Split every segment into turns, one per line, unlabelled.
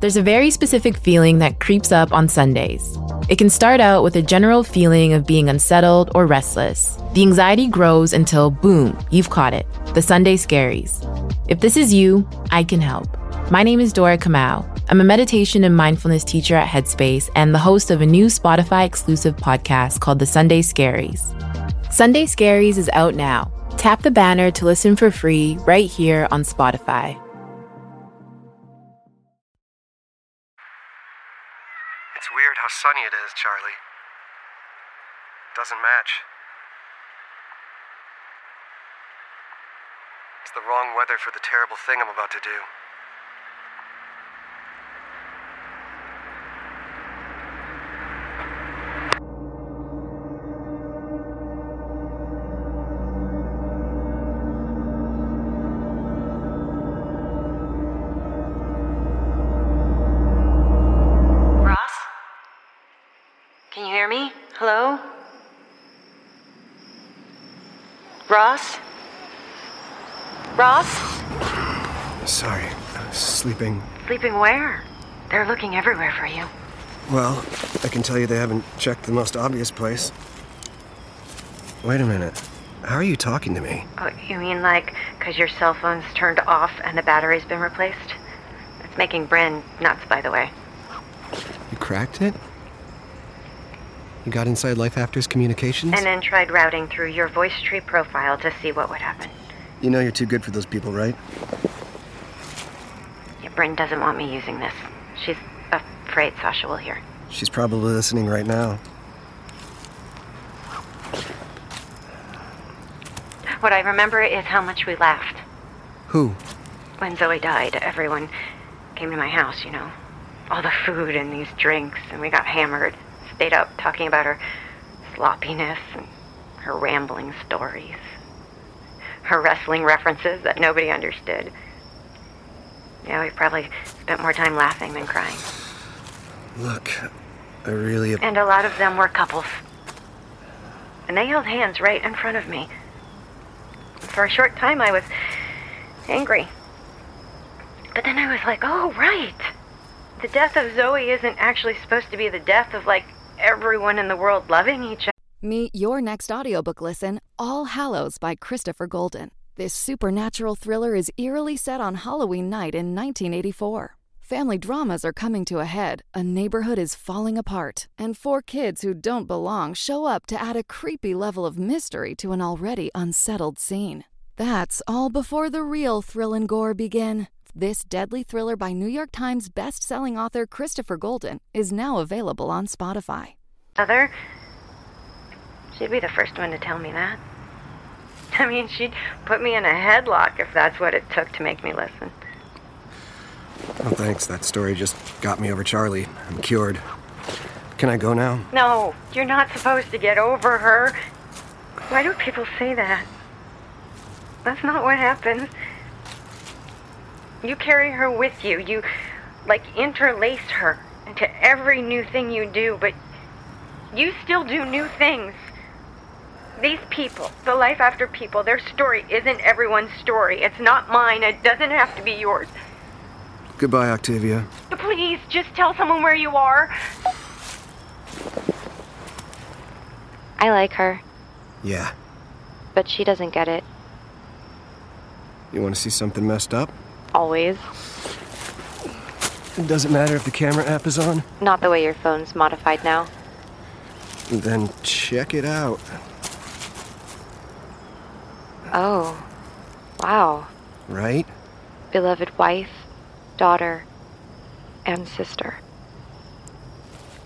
There's a very specific feeling that creeps up on Sundays. It can start out with a general feeling of being unsettled or restless. The anxiety grows until, boom, you've caught it the Sunday scaries. If this is you, I can help. My name is Dora Kamau. I'm a meditation and mindfulness teacher at Headspace and the host of a new Spotify exclusive podcast called The Sunday Scaries. Sunday Scaries is out now. Tap the banner to listen for free right here on Spotify.
It's weird how sunny it is, Charlie. Doesn't match. It's the wrong weather for the terrible thing I'm about to do.
Ross? Can you hear me? Hello? Ross? Ross?
Sorry, I was sleeping.
Sleeping where? They're looking everywhere for you.
Well, I can tell you they haven't checked the most obvious place. Wait a minute. How are you talking to me?
Oh, you mean like because your cell phone's turned off and the battery's been replaced? That's making Bryn nuts, by the way.
You cracked it? You got inside Life After's communications?
And then tried routing through your voice tree profile to see what would happen.
you know you're too good for those people, right?
Yeah, Bryn doesn't want me using this. She's afraid Sasha will hear.
She's probably listening right now.
What I remember is how much we laughed.
Who?
When Zoe died, everyone came to my house, you know. All the food and these drinks, and we got hammered. Stayed up talking about her sloppiness and her rambling stories. Her wrestling references that nobody understood. Yeah, we probably spent more time laughing than crying.
Look, I really.
And a lot of them were couples. And they held hands right in front of me. For a short time, I was angry. But then I was like, oh, right. The death of Zoe isn't actually supposed to be the death of, like, everyone in the world loving each other.
Meet your next audiobook listen, All Hallows by Christopher Golden. This supernatural thriller is eerily set on Halloween night in 1984. Family dramas are coming to a head, a neighborhood is falling apart, and four kids who don't belong show up to add a creepy level of mystery to an already unsettled scene. That's all before the real thrill and gore begin. This deadly thriller by New York Times best-selling author Christopher Golden is now available on Spotify.
Other? She'd be the first one to tell me that. I mean, she'd put me in a headlock if that's what it took to make me listen.
Oh, thanks. That story just got me over Charlie. I'm cured. Can I go now?
No, you're not supposed to get over her. Why do people say that? That's not what happens. You carry her with you. You, like, interlace her into every new thing you do, but you still do new things. These people, the life after people, their story isn't everyone's story. It's not mine. It doesn't have to be yours.
Goodbye, Octavia.
Please, just tell someone where you are.
I like her,
Yeah.
but she doesn't get it.
You want to see something messed up?
Always.
It doesn't matter if the camera app is on.
Not the way your phone's modified now.
Then check it out.
Oh. Wow.
Right?
Beloved wife, daughter, and sister.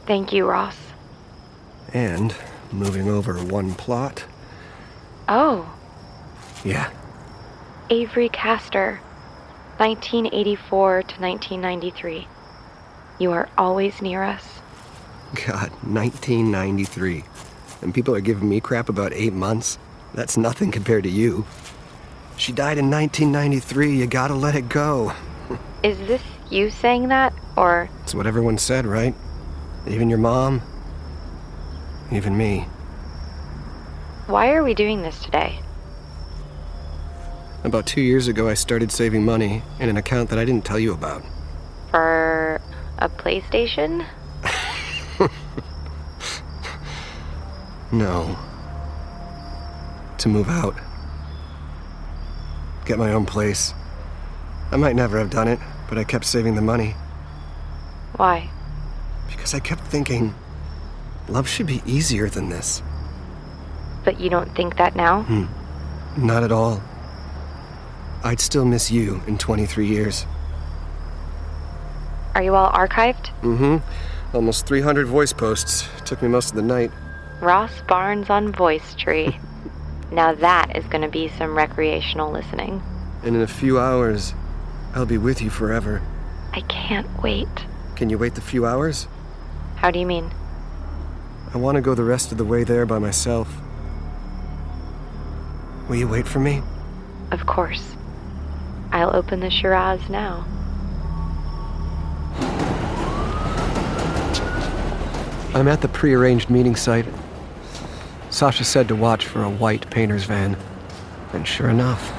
Thank you, Ross.
And moving over one plot.
Oh,
Yeah.
Avery Castor, 1984 to 1993. You are always near us.
God, 1993. And people are giving me crap about eight months. That's nothing compared to you. She died in 1993. You gotta let it go.
Is this you saying that, or
It's what everyone said, right? Even your mom. Even me.
why are we doing this today?
About two years ago, I started saving money in an account that I didn't tell you about.
For PlayStation?
No. To move out. Get my own place. I might never have done it, but I kept saving the money
Why?
because I kept thinking love should be easier than this.
But you don't think that now?
Not at all. I'd still miss you in 23 years.
Are you all archived?
Almost 300 voice posts. Took me most of the night.
Ross Barnes on Voice Tree. now that is going to be some recreational listening.
And in a few hours, I'll be with you forever.
I can't wait.
Can you wait the few hours?
How do you mean?
I want to go the rest of the way there by myself. Will you wait for me?
Of course. I'll open the Shiraz now.
I'm at the prearranged meeting site. Sasha said to watch for a white painter's van. And sure enough.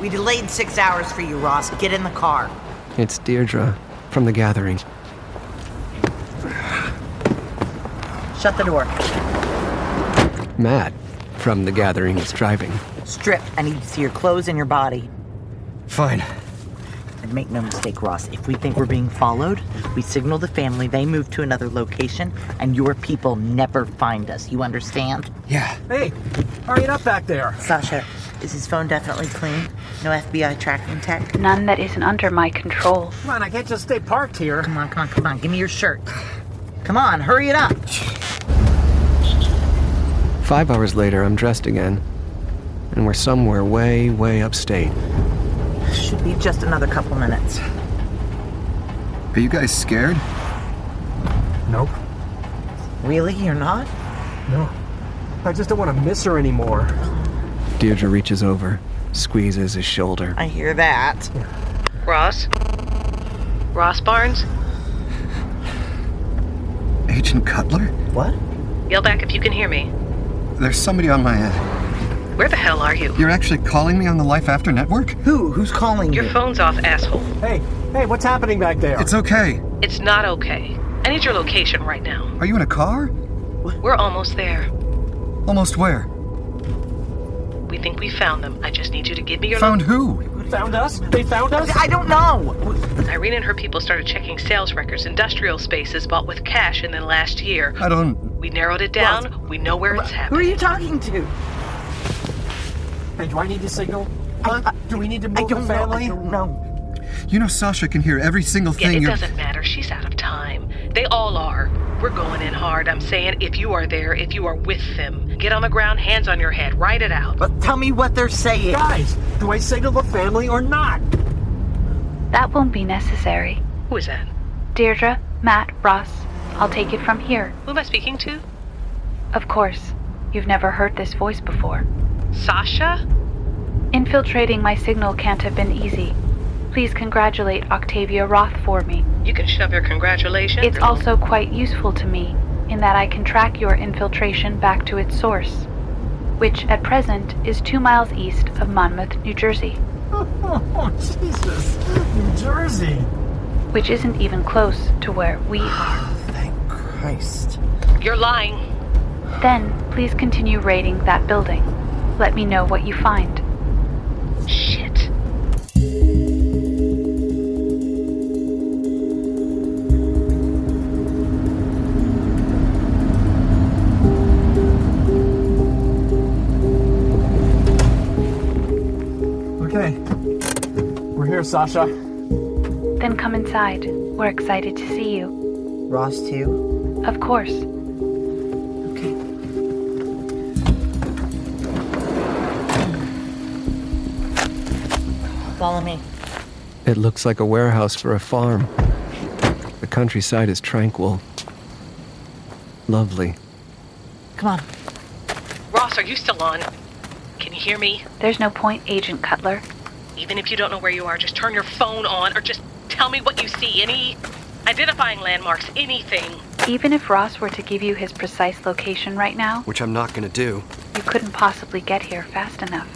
We delayed six hours for you, Ross. Get in the car.
It's Deirdre from the gathering.
Shut the door.
Matt from the gathering is driving.
Strip. I need to see your clothes and your body.
Fine.
And make no mistake, Ross, if we think we're being followed, we signal the family, they move to another location, and your people never find us. You understand?
Yeah.
Hey, hurry it up back there.
Sasha, is his phone definitely clean? No FBI tracking tech?
None that isn't under my control.
Come on, I can't just stay parked here.
Come on, come on, come on. Give me your shirt. Come on, hurry it up.
Five hours later, I'm dressed again. And we're somewhere way, way upstate.
Should be just another couple minutes.
Are you guys scared?
Nope.
Really? You're not?
No. I just don't want to miss her anymore.
Deirdre reaches over, squeezes his shoulder.
I hear that.
Ross? Ross Barnes?
Agent Cutler?
What?
Yell back if you can hear me.
There's somebody on my end.
Where the hell are you?
You're actually calling me on the Life After Network?
Who? Who's calling
Your
you?
phone's off, asshole.
Hey, hey, what's happening back there?
It's okay.
It's not okay. I need your location right now.
Are you in a car?
We're almost there.
Almost where?
We think we found them. I just need you to give me your
Found who?
Found us? They found us?
I don't know.
lo- Irene and her people started checking sales records, industrial spaces bought with cash in the last year.
I don't.
We narrowed it down. We know where it's
Who are
happening.
you talking to?
Hey, do I need to signal? Huh? Do we need to move
I don't
the
know.
family?
I don't know.
You know, Sasha can hear every single
Yeah,
thing
it
you're.
doesn't matter. She's out of time. They all are. We're going in hard. I'm saying if you are there, if you are with them, get on the ground, hands on your head, write it out.
But tell me what they're saying.
Guys, do I signal the family or not?
That won't be necessary.
Who is that?
Deirdre, Matt, Ross, I'll take it from here.
Who am I speaking to?
Of course, you've never heard this voice before.
Sasha?
Infiltrating my signal can't have been easy. Please congratulate Octavia Roth for me.
You can shove your congratulations.
It's also quite useful to me in that I can track your infiltration back to its source, which at present is two miles east of Monmouth, New Jersey,
Oh, Jesus. New Jersey.
which isn't even close to where we are.
Thank Christ.
You're lying.
Then, please continue raiding that building. Let me know what you find.
Shit.
Okay. We're here, Sasha.
Then come inside. We're excited to see you.
Ross, too?
Of course.
Okay. Follow me.
It looks like a warehouse for a farm. The countryside is tranquil. Lovely.
Come on.
Ross, are you still on? Can you hear me?
There's no point, Agent Cutler.
Even if you don't know where you are, just turn your phone on or just tell me what you see. Any identifying landmarks, anything.
Even if Ross were to give you his precise location right now,
Which I'm not gonna do.
you couldn't possibly get here fast enough.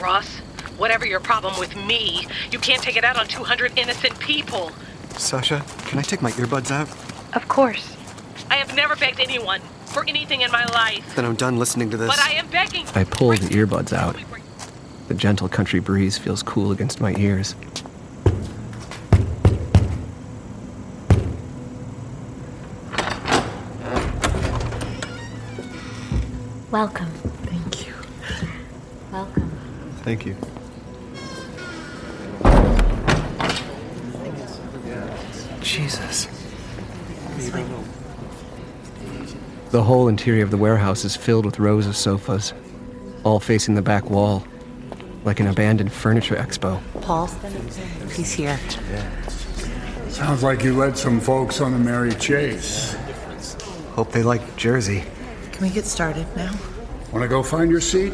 Ross, Whatever your problem with me, you can't take it out on 200 innocent people.
Sasha, can I take my earbuds out?
Of course.
I have never begged anyone for anything in my life,
Then I'm done listening to this.
but I am begging.
I pull the earbuds out. The gentle country breeze feels cool against my ears.
Welcome.
Thank you.
Welcome.
Thank you.
Jesus. The whole interior of the warehouse is filled with rows of sofas, all facing the back wall, like an abandoned furniture expo.
Paul, he's here.
Sounds like you led some folks on a merry chase.
Hope they like Jersey.
Can we get started now?
Want to go find your seat?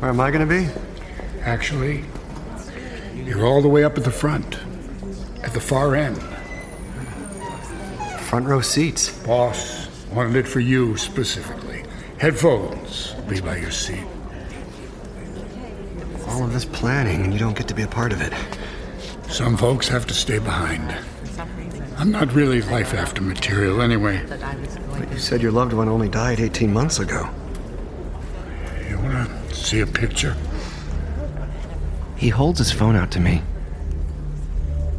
Where am I going to be?
Actually, you're all the way up at the front, at the far end.
Front row seats.
Boss wanted it for you specifically. Headphones, be by your seat.
All of this planning, and you don't get to be a part of it.
Some folks have to stay behind. I'm not really life after material anyway.
But you said your loved one only died 18 months ago.
You want to see a picture?
He holds his phone out to me.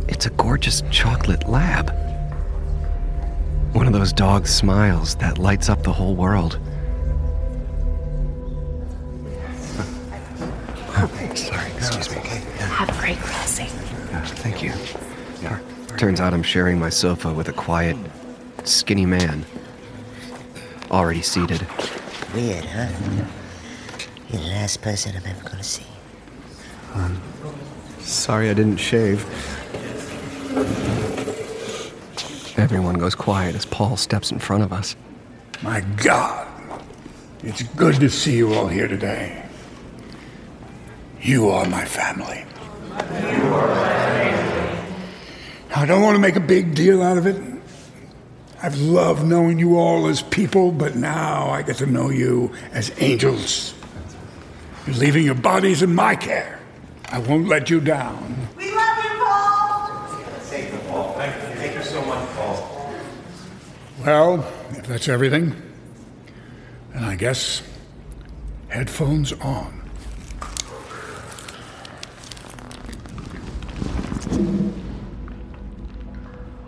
It's a gorgeous chocolate lab. One of those dog smiles that lights up the whole world. Sorry, excuse me. Okay.
Have a great crossing.
Yeah, thank you. Turns out I'm sharing my sofa with a quiet, skinny man. Already seated.
Weird, huh? You're the last person I'm ever gonna see.
Sorry I didn't shave. Everyone goes quiet as Paul steps in front of us.
My God, it's good to see you all here today. You are my family. Now, I don't want to make a big deal out of it. I've loved knowing you all as people, but now I get to know you as angels. You're leaving your bodies in my care. I won't let you down.
We love you, Paul.
Thank you, Paul. Thank you. Thank you so much, Paul.
Well, if that's everything, then I guess headphones on.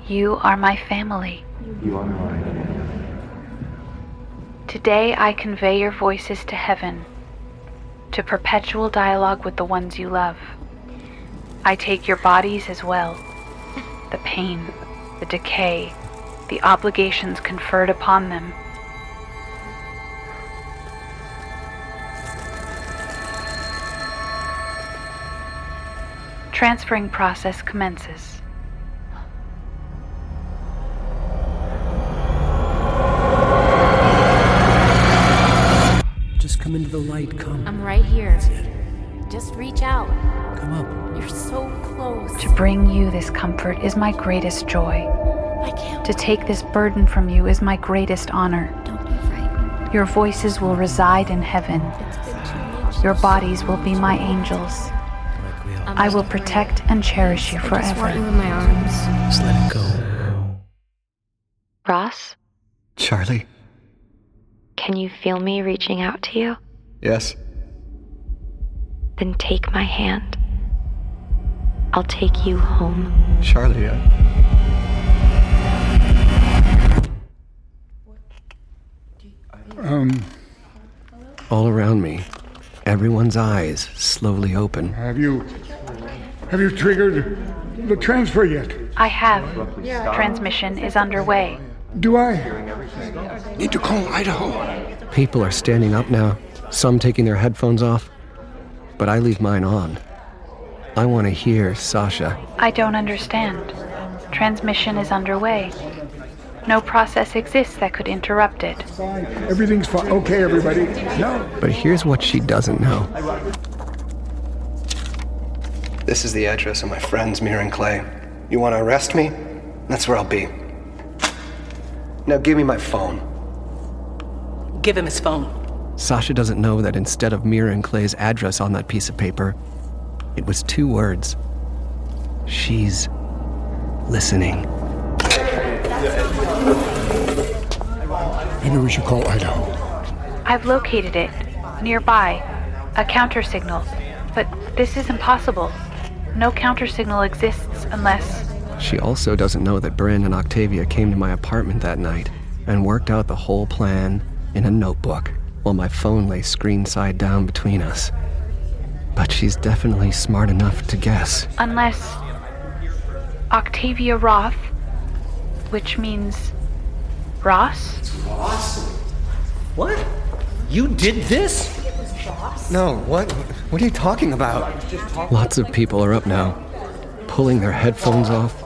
You are my family.
You are mine.
Today I convey your voices to heaven, to perpetual dialogue with the ones you love. I take your bodies as well the pain, the decay, the obligations conferred upon them. Transferring process commences.
Just come into the light. Come.
I'm right here. Just reach out.
Come up.
You're so close.
To bring you this comfort is my greatest joy. To take this burden from you is my greatest honor. Your voices will reside in heaven. Your bodies will be my angels. I will protect and cherish you
I just want you
forever.
in my arms.
Just let it go.
Ross,
Charlie?
can you feel me reaching out to you?
Yes.
Then take my hand. I'll take you home.
Charlie, I...
Um,
All around me, everyone's eyes slowly open.
Have you have you triggered the transfer yet?
I have. Transmission is underway.
Do I need to call Idaho?
People are standing up now, some taking their headphones off, but I leave mine on. I want to hear Sasha.
I don't understand. Transmission is underway. No process exists that could interrupt it.
Everything's fine. Okay, everybody. No.
But here's what she doesn't know.
This is the address of my friends, Mir and Clay. You want to arrest me? That's where I'll be. Now give me my phone.
Give him his phone.
Sasha doesn't know that instead of Mira and Clay's address on that piece of paper, it was two words. She's listening.
Maybe we should call Idaho.
I've located it. Nearby. A counter signal. But this is impossible. No counter signal exists unless.
She also doesn't know that Bryn and Octavia came to my apartment that night and worked out the whole plan in a notebook while my phone lay screen side down between us. But she's definitely smart enough to guess.
Unless. Octavia Roth, which means. Ross?
What? You did this?
No, what? What are you talking about?
Lots of people are up now, pulling their headphones off,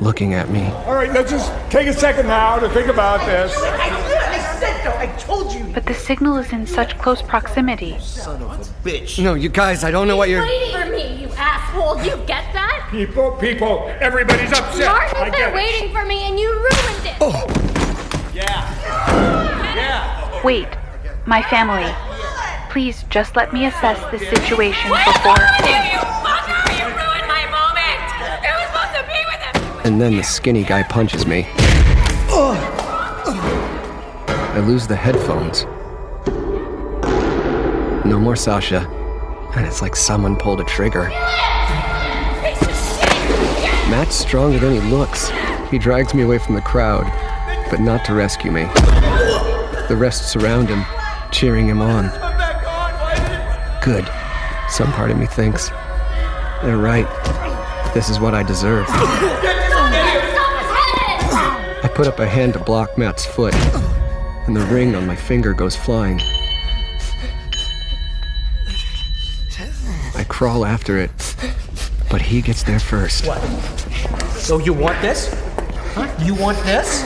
looking at me.
All right, let's just take a second now to think about this.
I said so! I told you! But the signal is in such close proximity.
Bitch. No, you guys, I don't know what you're.
Waiting for me, you asshole. Do you get that?
People, people, everybody's upset. I
Martin's
get
been
it.
waiting for me and you ruined it.
Oh.
Wait, my family. Please just let me assess the situation before.
And then the skinny guy punches me. I lose the headphones. No more Sasha. And it's like someone pulled a trigger. Matt's stronger than he looks. He drags me away from the crowd, but not to rescue me. The rest surround him, cheering him on. Good. Some part of me thinks, they're right. This is what I deserve. I put up a hand to block Matt's foot, and the ring on my finger goes flying. I crawl after it, but he gets there first.
So you want this? Huh? You want this?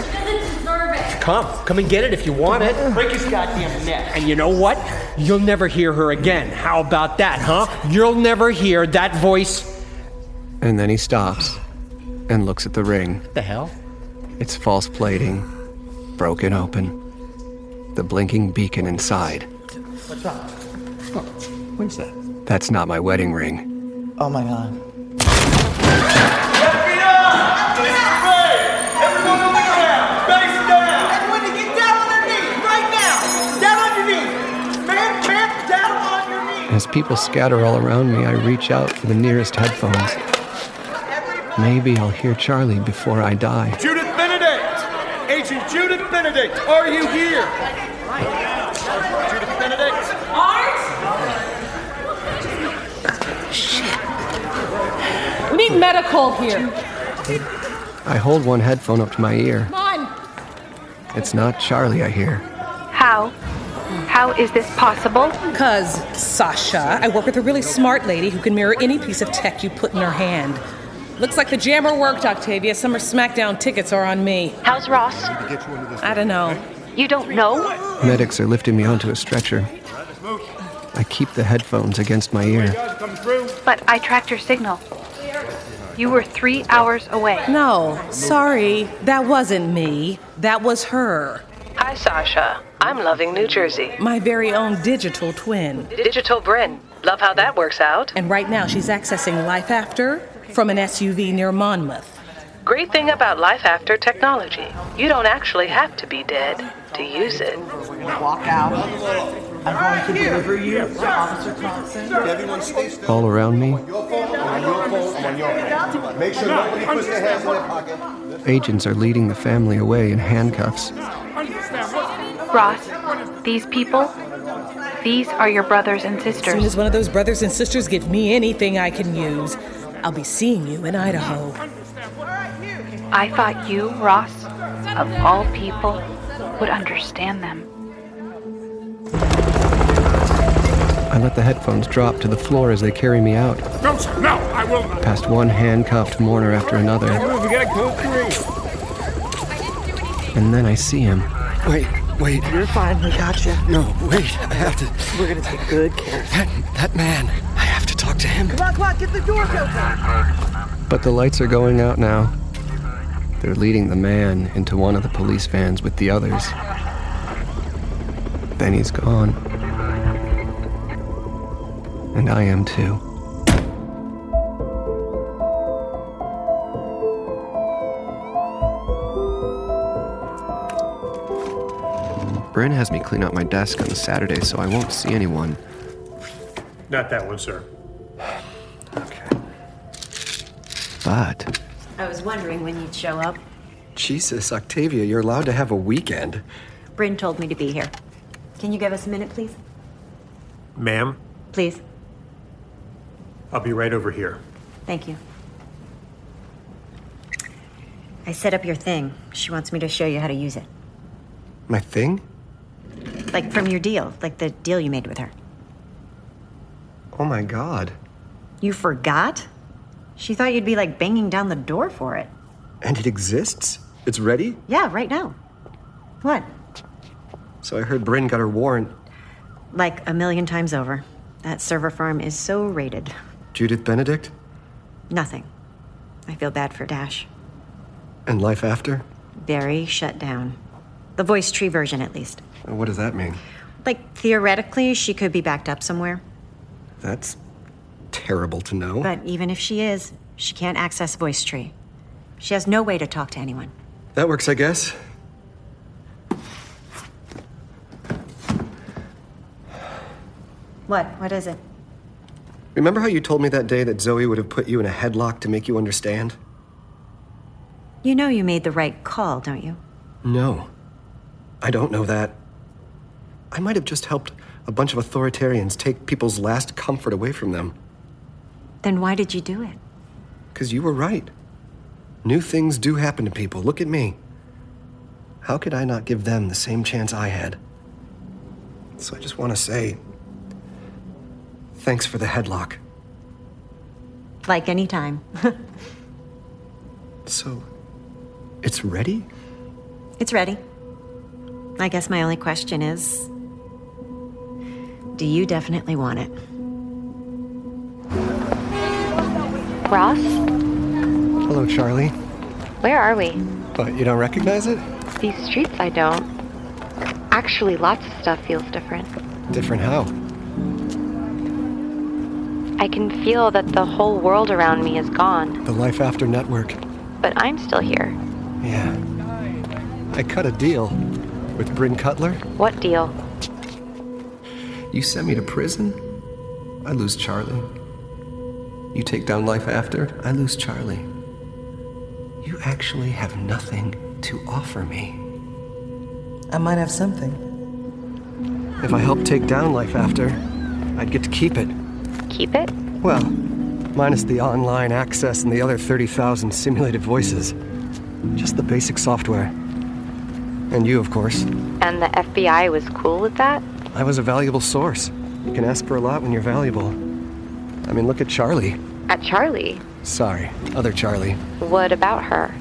Come, come and get it if you want it. Break his goddamn neck. And you know what? You'll never hear her again. How about that, huh? You'll never hear that voice.
And then he stops and looks at the ring.
The hell?
It's false plating, broken open, the blinking beacon inside.
What's up?
When's that? That's not my wedding ring.
Oh my god.
As people scatter all around me, I reach out for the nearest headphones. Maybe I'll hear Charlie before I die.
Judith Benedict! Agent Judith Benedict, are you here? Judith Benedict?
We need medical here.
I hold one headphone up to my ear.
Come on.
It's not Charlie I hear.
How? How is this possible?
Because, Sasha, I work with a really smart lady who can mirror any piece of tech you put in her hand. Looks like the jammer worked, Octavia. Summer SmackDown tickets are on me.
How's Ross?
I don't know.
You don't know?
Medics are lifting me onto a stretcher. I keep the headphones against my ear.
But I tracked your signal. You were three hours away.
No, sorry, that wasn't me. That was her.
Hi, Sasha. I'm loving New Jersey.
My very own digital twin.
Digital Bryn. Love how that works out.
And right now she's accessing Life After from an SUV near Monmouth.
Great thing about life after technology. You don't actually have to be dead to use it.
Walk out. I'm going to deliver you, Officer Thompson. Everyone stays
All around me,
Make sure nobody puts their hands in their pocket.
agents are leading the family away in handcuffs.
Ross, these people, these are your brothers and
As soon
sisters.
as one of those brothers and sisters give me anything I can use, I'll be seeing you in Idaho.
I thought you, Ross, of all people, would understand them.
I let the headphones drop to the floor as they carry me out,
No, sir, no, I will not.
past one handcuffed mourner after another,
Move, you gotta go through.
and then I see him.
Wait, wait.
You're fine. We got you.
No, wait. I have to.
We're gonna take good care.
That, that man. I have to talk to him.
Come on, come on. Get the doors open.
But the lights are going out now. They're leading the man into one of the police vans with the others.
Then he's gone. And I am too. Bryn has me clean up my desk on Saturday so I won't see anyone.
Not that one, sir.
But
I was wondering when you'd show up.
Jesus, Octavia, you're allowed to have a weekend.
Bryn told me to be here. Can you give us a minute, please?
Ma'am,
Please.
I'll be right over here.
Thank you. I set up your thing. She wants me to show you how to use it.
My thing?
Like from your deal, like the deal you made with her.
Oh my god.
You forgot? She thought you'd be like banging down the door for it.
And it exists? It's ready?
Yeah, right now. What?
So I heard Bryn got her warrant.
Like a million times over. That server farm is so rated.
Judith Benedict?
Nothing. I feel bad for Dash.
And life after?
Very shut down. The voice tree version, at least.
Uh, What does that mean?
Like, theoretically, she could be backed up somewhere.
That's terrible to know.
But even if she is, she can't access voice tree. She has no way to talk to anyone.
That works, I guess.
What? What is it?
Remember how you told me that day that Zoe would have put you in a headlock to make you understand?
You know you made the right call, don't you?
No. I don't know that. I might have just helped a bunch of authoritarians take people's last comfort away from them.
Then why did you do it?
Because you were right. New things do happen to people. Look at me. How could I not give them the same chance I had? So I just want to say thanks for the headlock.
Like any time.
So, it's ready?
it's ready. I guess my only question is Do you definitely want it?
Ross,
Hello, Charlie.
where are we?
But you don't recognize it?
These streets, I don't. Actually, lots of stuff feels different.
Different how?
I can feel that the whole world around me is gone,
The Life After Network.
but I'm still here.
Yeah. I cut a deal with Bryn Cutler.
What deal?
You send me to prison, I lose Charlie. You take down life after, I lose Charlie. You actually have nothing to offer me.
I might have something.
If I help take down Life After, I'd get to keep it.
Keep it?
Well, minus the online access and the other 30,000 simulated voices. Just the basic software. And you, of course.
And the FBI was cool with that?
I was a valuable source. You can ask for a lot when you're valuable. I mean, look at Charlie.
At Charlie?
Sorry, other Charlie.
What about her?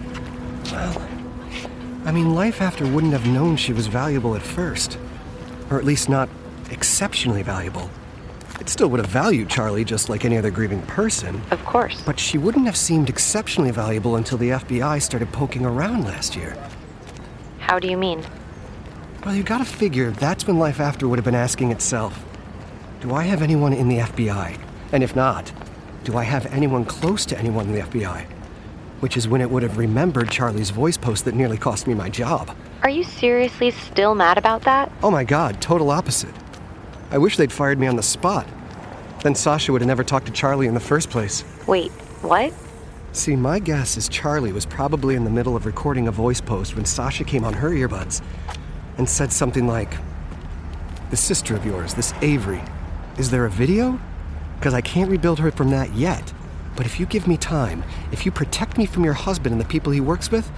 I mean, Life After wouldn't have known she was valuable at first. Or at least not exceptionally valuable. It still would have valued Charlie just like any other grieving person.
Of course.
But she wouldn't have seemed exceptionally valuable until the FBI started poking around last year.
How do you mean?
Well, you gotta figure that's when Life After would have been asking itself Do I have anyone in the FBI? And if not, do I have anyone close to anyone in the FBI? Which is when it would have remembered Charlie's voice post that nearly cost me my job.
Are you seriously still mad about that?
Oh my god, total opposite. I wish they'd fired me on the spot. Then Sasha would have never talked to Charlie in the first place.
Wait, what?
See, my guess is Charlie was probably in the middle of recording a voice post when Sasha came on her earbuds and said something like, The sister of yours, this Avery, is there a video? Because I can't rebuild her from that yet. But if you give me time, if you protect me from your husband and the people he works with,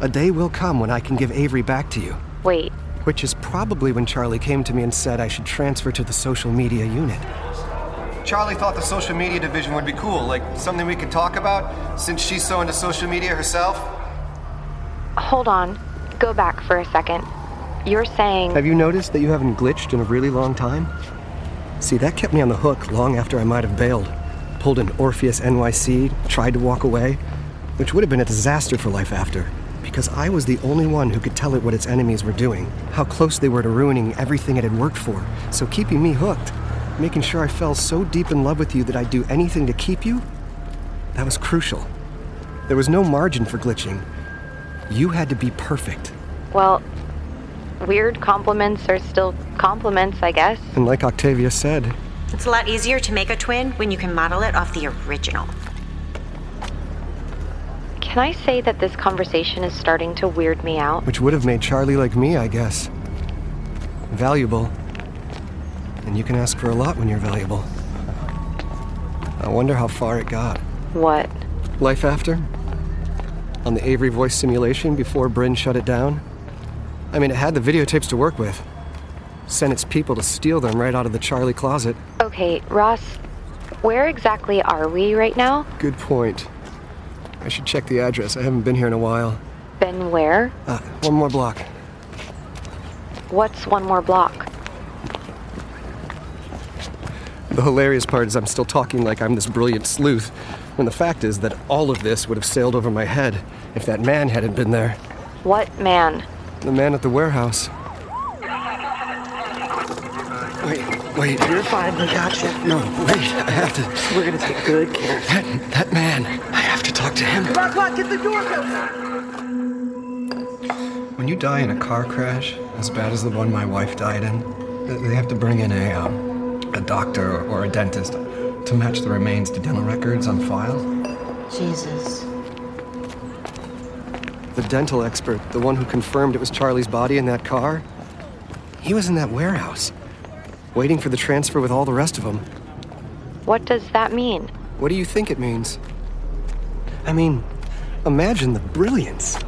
a day will come when I can give Avery back to you.
Wait,
Which is probably when Charlie came to me and said I should transfer to the social media unit. Charlie thought the social media division would be cool, like something we could talk about, since she's so into social media herself.
hold on. Go back for a second. You're saying.
Have you noticed that you haven't glitched in a really long time? See, that kept me on the hook long after I might have bailed. Pulled an Orpheus NYC, tried to walk away, which would have been a disaster for life after, because I was the only one who could tell it what its enemies were doing, how close they were to ruining everything it had worked for, so keeping me hooked, making sure I fell so deep in love with you that I'd do anything to keep you, that was crucial. There was no margin for glitching. You had to be perfect.
Well, weird compliments are still compliments, I guess.
And like Octavia said,
It's a lot easier to make a twin when you can model it off the original.
Can I say that this conversation is starting to weird me out?
which would have made Charlie like me, I guess. Valuable. And you can ask for a lot when you're valuable. I wonder how far it got.
What?
Life after? On the Avery voice simulation before Bryn shut it down? I mean, it had the videotapes to work with. Sent its people to steal them right out of the Charlie closet.
Okay, Ross, where exactly are we right now?
Good point. I should check the address. I haven't been here in a while.
Been where?
Ah, one more block.
What's one more block?
The hilarious part is I'm still talking like I'm this brilliant sleuth, when the fact is that all of this would have sailed over my head if that man hadn't been there.
What man?
The man at the warehouse. Wait,
You're fine. We got you.
No, wait. I have to.
We're gonna take good care.
That, that man. I have to talk to him.
Come on, come on, get the door open.
When you die in a car crash, as bad as the one my wife died in, th- they have to bring in a, um, a doctor or a dentist to match the remains to dental records on file.
Jesus.
The dental expert, the one who confirmed it was Charlie's body in that car, he was in that warehouse, waiting for the transfer with all the rest of them.
What does that mean?
What do you think it means? I mean, imagine the brilliance,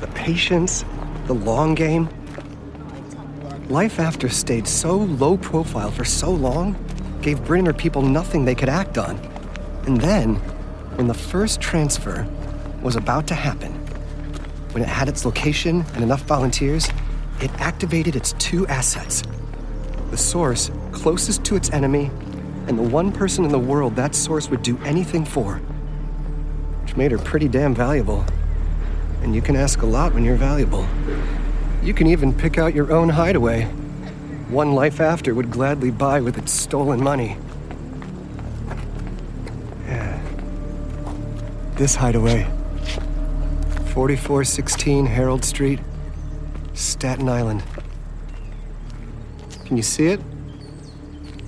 the patience, the long game. Life after stayed so low profile for so long, gave Bryn and her people nothing they could act on. And then, when the first transfer was about to happen, when it had its location and enough volunteers, it activated its two assets the source closest to its enemy and the one person in the world that source would do anything for, which made her pretty damn valuable. And you can ask a lot when you're valuable. You can even pick out your own hideaway. One life after would gladly buy with its stolen money. Yeah. This hideaway 4416 Harold Street, Staten Island. Can you see it?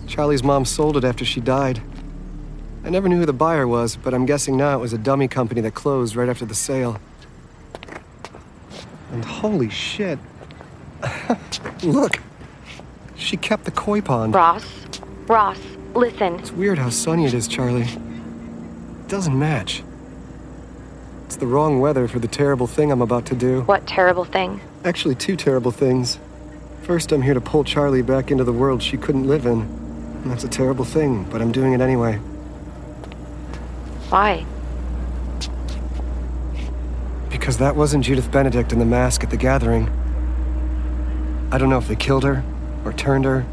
Charlie's mom sold it after she died. I never knew who the buyer was, but I'm guessing now it was a dummy company that closed right after the sale. And holy shit. Look! She kept the koi pond.
Ross? Ross, listen.
It's weird how sunny it is, Charlie. It doesn't match. It's the wrong weather for the terrible thing I'm about to do.
What terrible thing?
Actually, two terrible things. First, I'm here to pull Charlie back into the world she couldn't live in. And that's a terrible thing, but I'm doing it anyway.
Why?
Because that wasn't Judith Benedict in the mask at the gathering. I don't know if they killed her or turned her,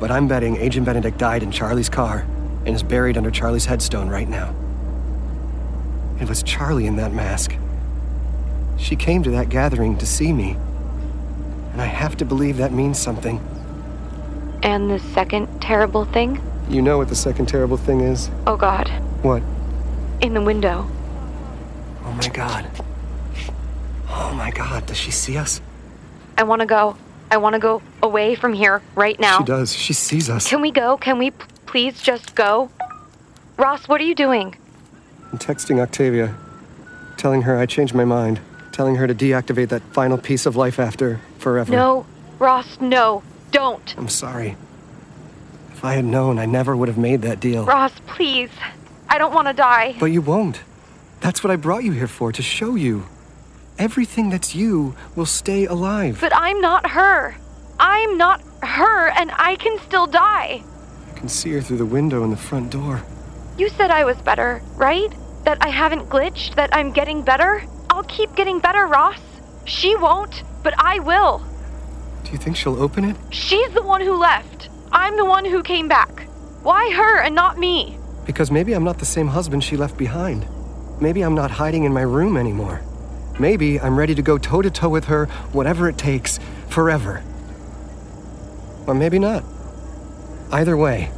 but I'm betting Agent Benedict died in Charlie's car and is buried under Charlie's headstone right now. It was Charlie in that mask. She came to that gathering to see me, and I have to believe that means something.
And the second terrible thing?
You know what the second terrible thing is?
Oh god,
What?
in the window.
Oh my god. Oh my god, does she see us?
I want to go. I want to go away from here right now.
She does. She sees us.
Can we go? Can we p- please just go? Ross, what are you doing?
I'm texting Octavia, telling her I changed my mind, telling her to deactivate that final piece of life after forever.
No, Ross, no. Don't.
I'm sorry. If I had known, I never would have made that deal.
Ross, please. I don't want to die.
But you won't. That's what I brought you here for, to show you. Everything that's you will stay alive.
But I'm not her. I'm not her, and I can still die.
I can see her through the window in the front door.
You said I was better, right? That I haven't glitched, that I'm getting better? I'll keep getting better, Ross. She won't, but I will.
Do you think she'll open it?
She's the one who left. I'm the one who came back. Why her and not me?
Because maybe I'm not the same husband she left behind. Maybe I'm not hiding in my room anymore. Maybe I'm ready to go toe to toe with her, whatever it takes, forever. Or maybe not. Either way,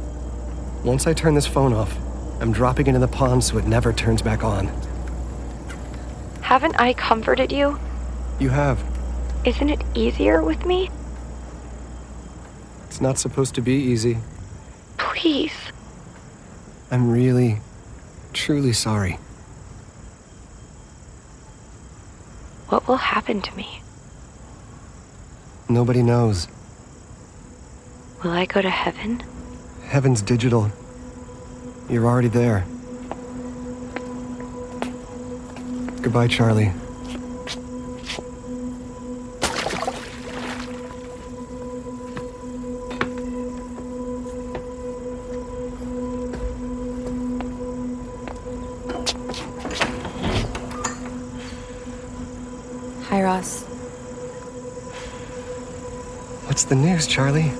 once I turn this phone off, I'm dropping it in the pond so it never turns back on.
Haven't I comforted you?
You have.
Isn't it easier with me?
It's not supposed to be easy.
Please.
I'm really, truly sorry.
What will happen to me?
Nobody knows.
Will I go to heaven?
Heaven's digital. You're already there. Goodbye, Charlie.
Hi, Ross.
What's the news, Charlie?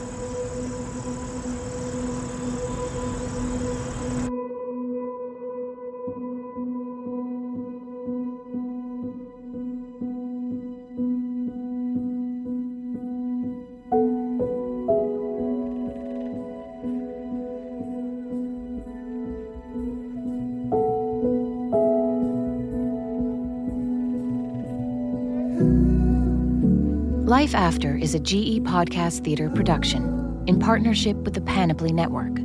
Life After is a GE Podcast Theater production in partnership with the Panoply Network.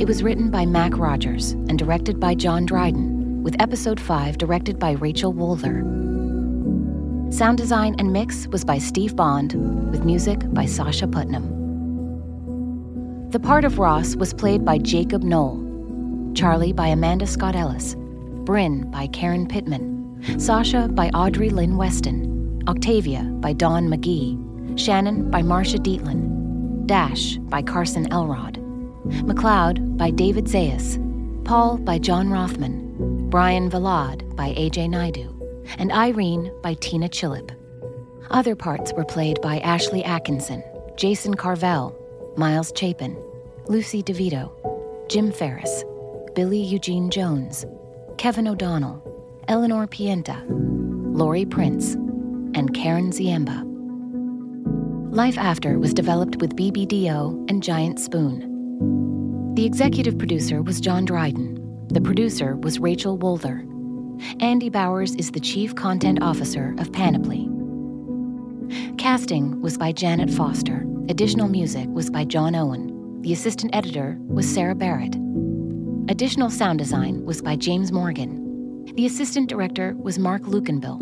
It was written by Mac Rogers and directed by John Dryden, with episode 5 directed by Rachel Wolver. Sound design and mix was by Steve Bond, with music by Sasha Putnam. The part of Ross was played by Jacob Knoll, Charlie by Amanda Scott Ellis, Bryn by Karen Pittman, Sasha by Audrey Lynn Weston. Octavia by Don McGee, Shannon by Marcia Dietland, Dash by Carson Elrod, McLeod by David Zayas, Paul by John Rothman, Brian Vallad by AJ Naidu, and Irene by Tina Chillip. Other parts were played by Ashley Atkinson, Jason Carvel, Miles Chapin, Lucy DeVito, Jim Ferris, Billy Eugene Jones, Kevin O'Donnell, Eleanor Pienta, Lori Prince, and Karen Ziemba. Life After was developed with BBDO and Giant Spoon. The executive producer was John Dryden. The producer was Rachel Wolver. Andy Bowers is the chief content officer of Panoply. Casting was by Janet Foster. Additional music was by John Owen. The assistant editor was Sarah Barrett. Additional sound design was by James Morgan. The assistant director was Mark Lucanville.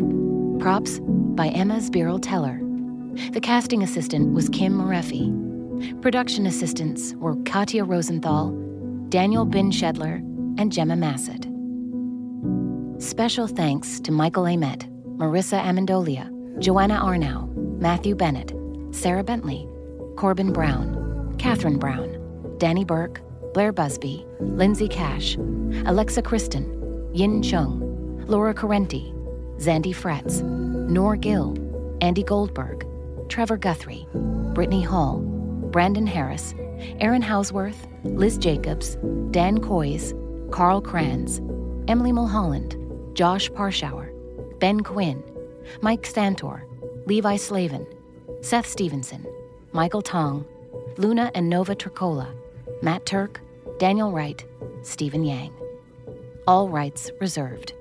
Props by Emma Spiral Teller. The casting assistant was Kim Moreffi. Production assistants were Katya Rosenthal, Daniel Bin Shedler, and Gemma Massett. Special thanks to Michael Amet, Marissa Amendolia, Joanna Arnau, Matthew Bennett, Sarah Bentley, Corbin Brown, Catherine Brown, Danny Burke, Blair Busby, Lindsay Cash, Alexa Kristen, Yin Chung, Laura Correnti, Zandy Fretz, Nor Gill, Andy Goldberg, Trevor Guthrie, Brittany Hall, Brandon Harris, Aaron Housworth, Liz Jacobs, Dan Coys, Carl Kranz, Emily Mulholland, Josh Parshauer, Ben Quinn, Mike Santor, Levi Slavin, Seth Stevenson, Michael Tong, Luna and Nova Tricola, Matt Turk, Daniel Wright, Stephen Yang. All rights reserved.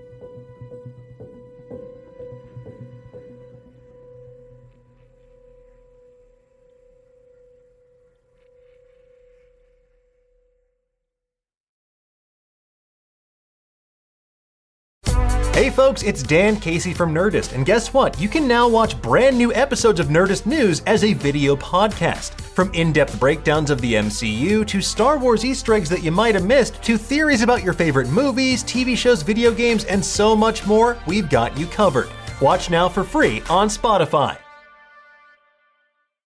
Hey folks, it's Dan Casey from Nerdist, and guess what? You can now watch brand new episodes of Nerdist News as a video podcast. From in depth breakdowns of the MCU, to Star Wars Easter eggs that you might have missed, to theories about your favorite movies, TV shows, video games, and so much more, we've got you covered. Watch now for free on Spotify.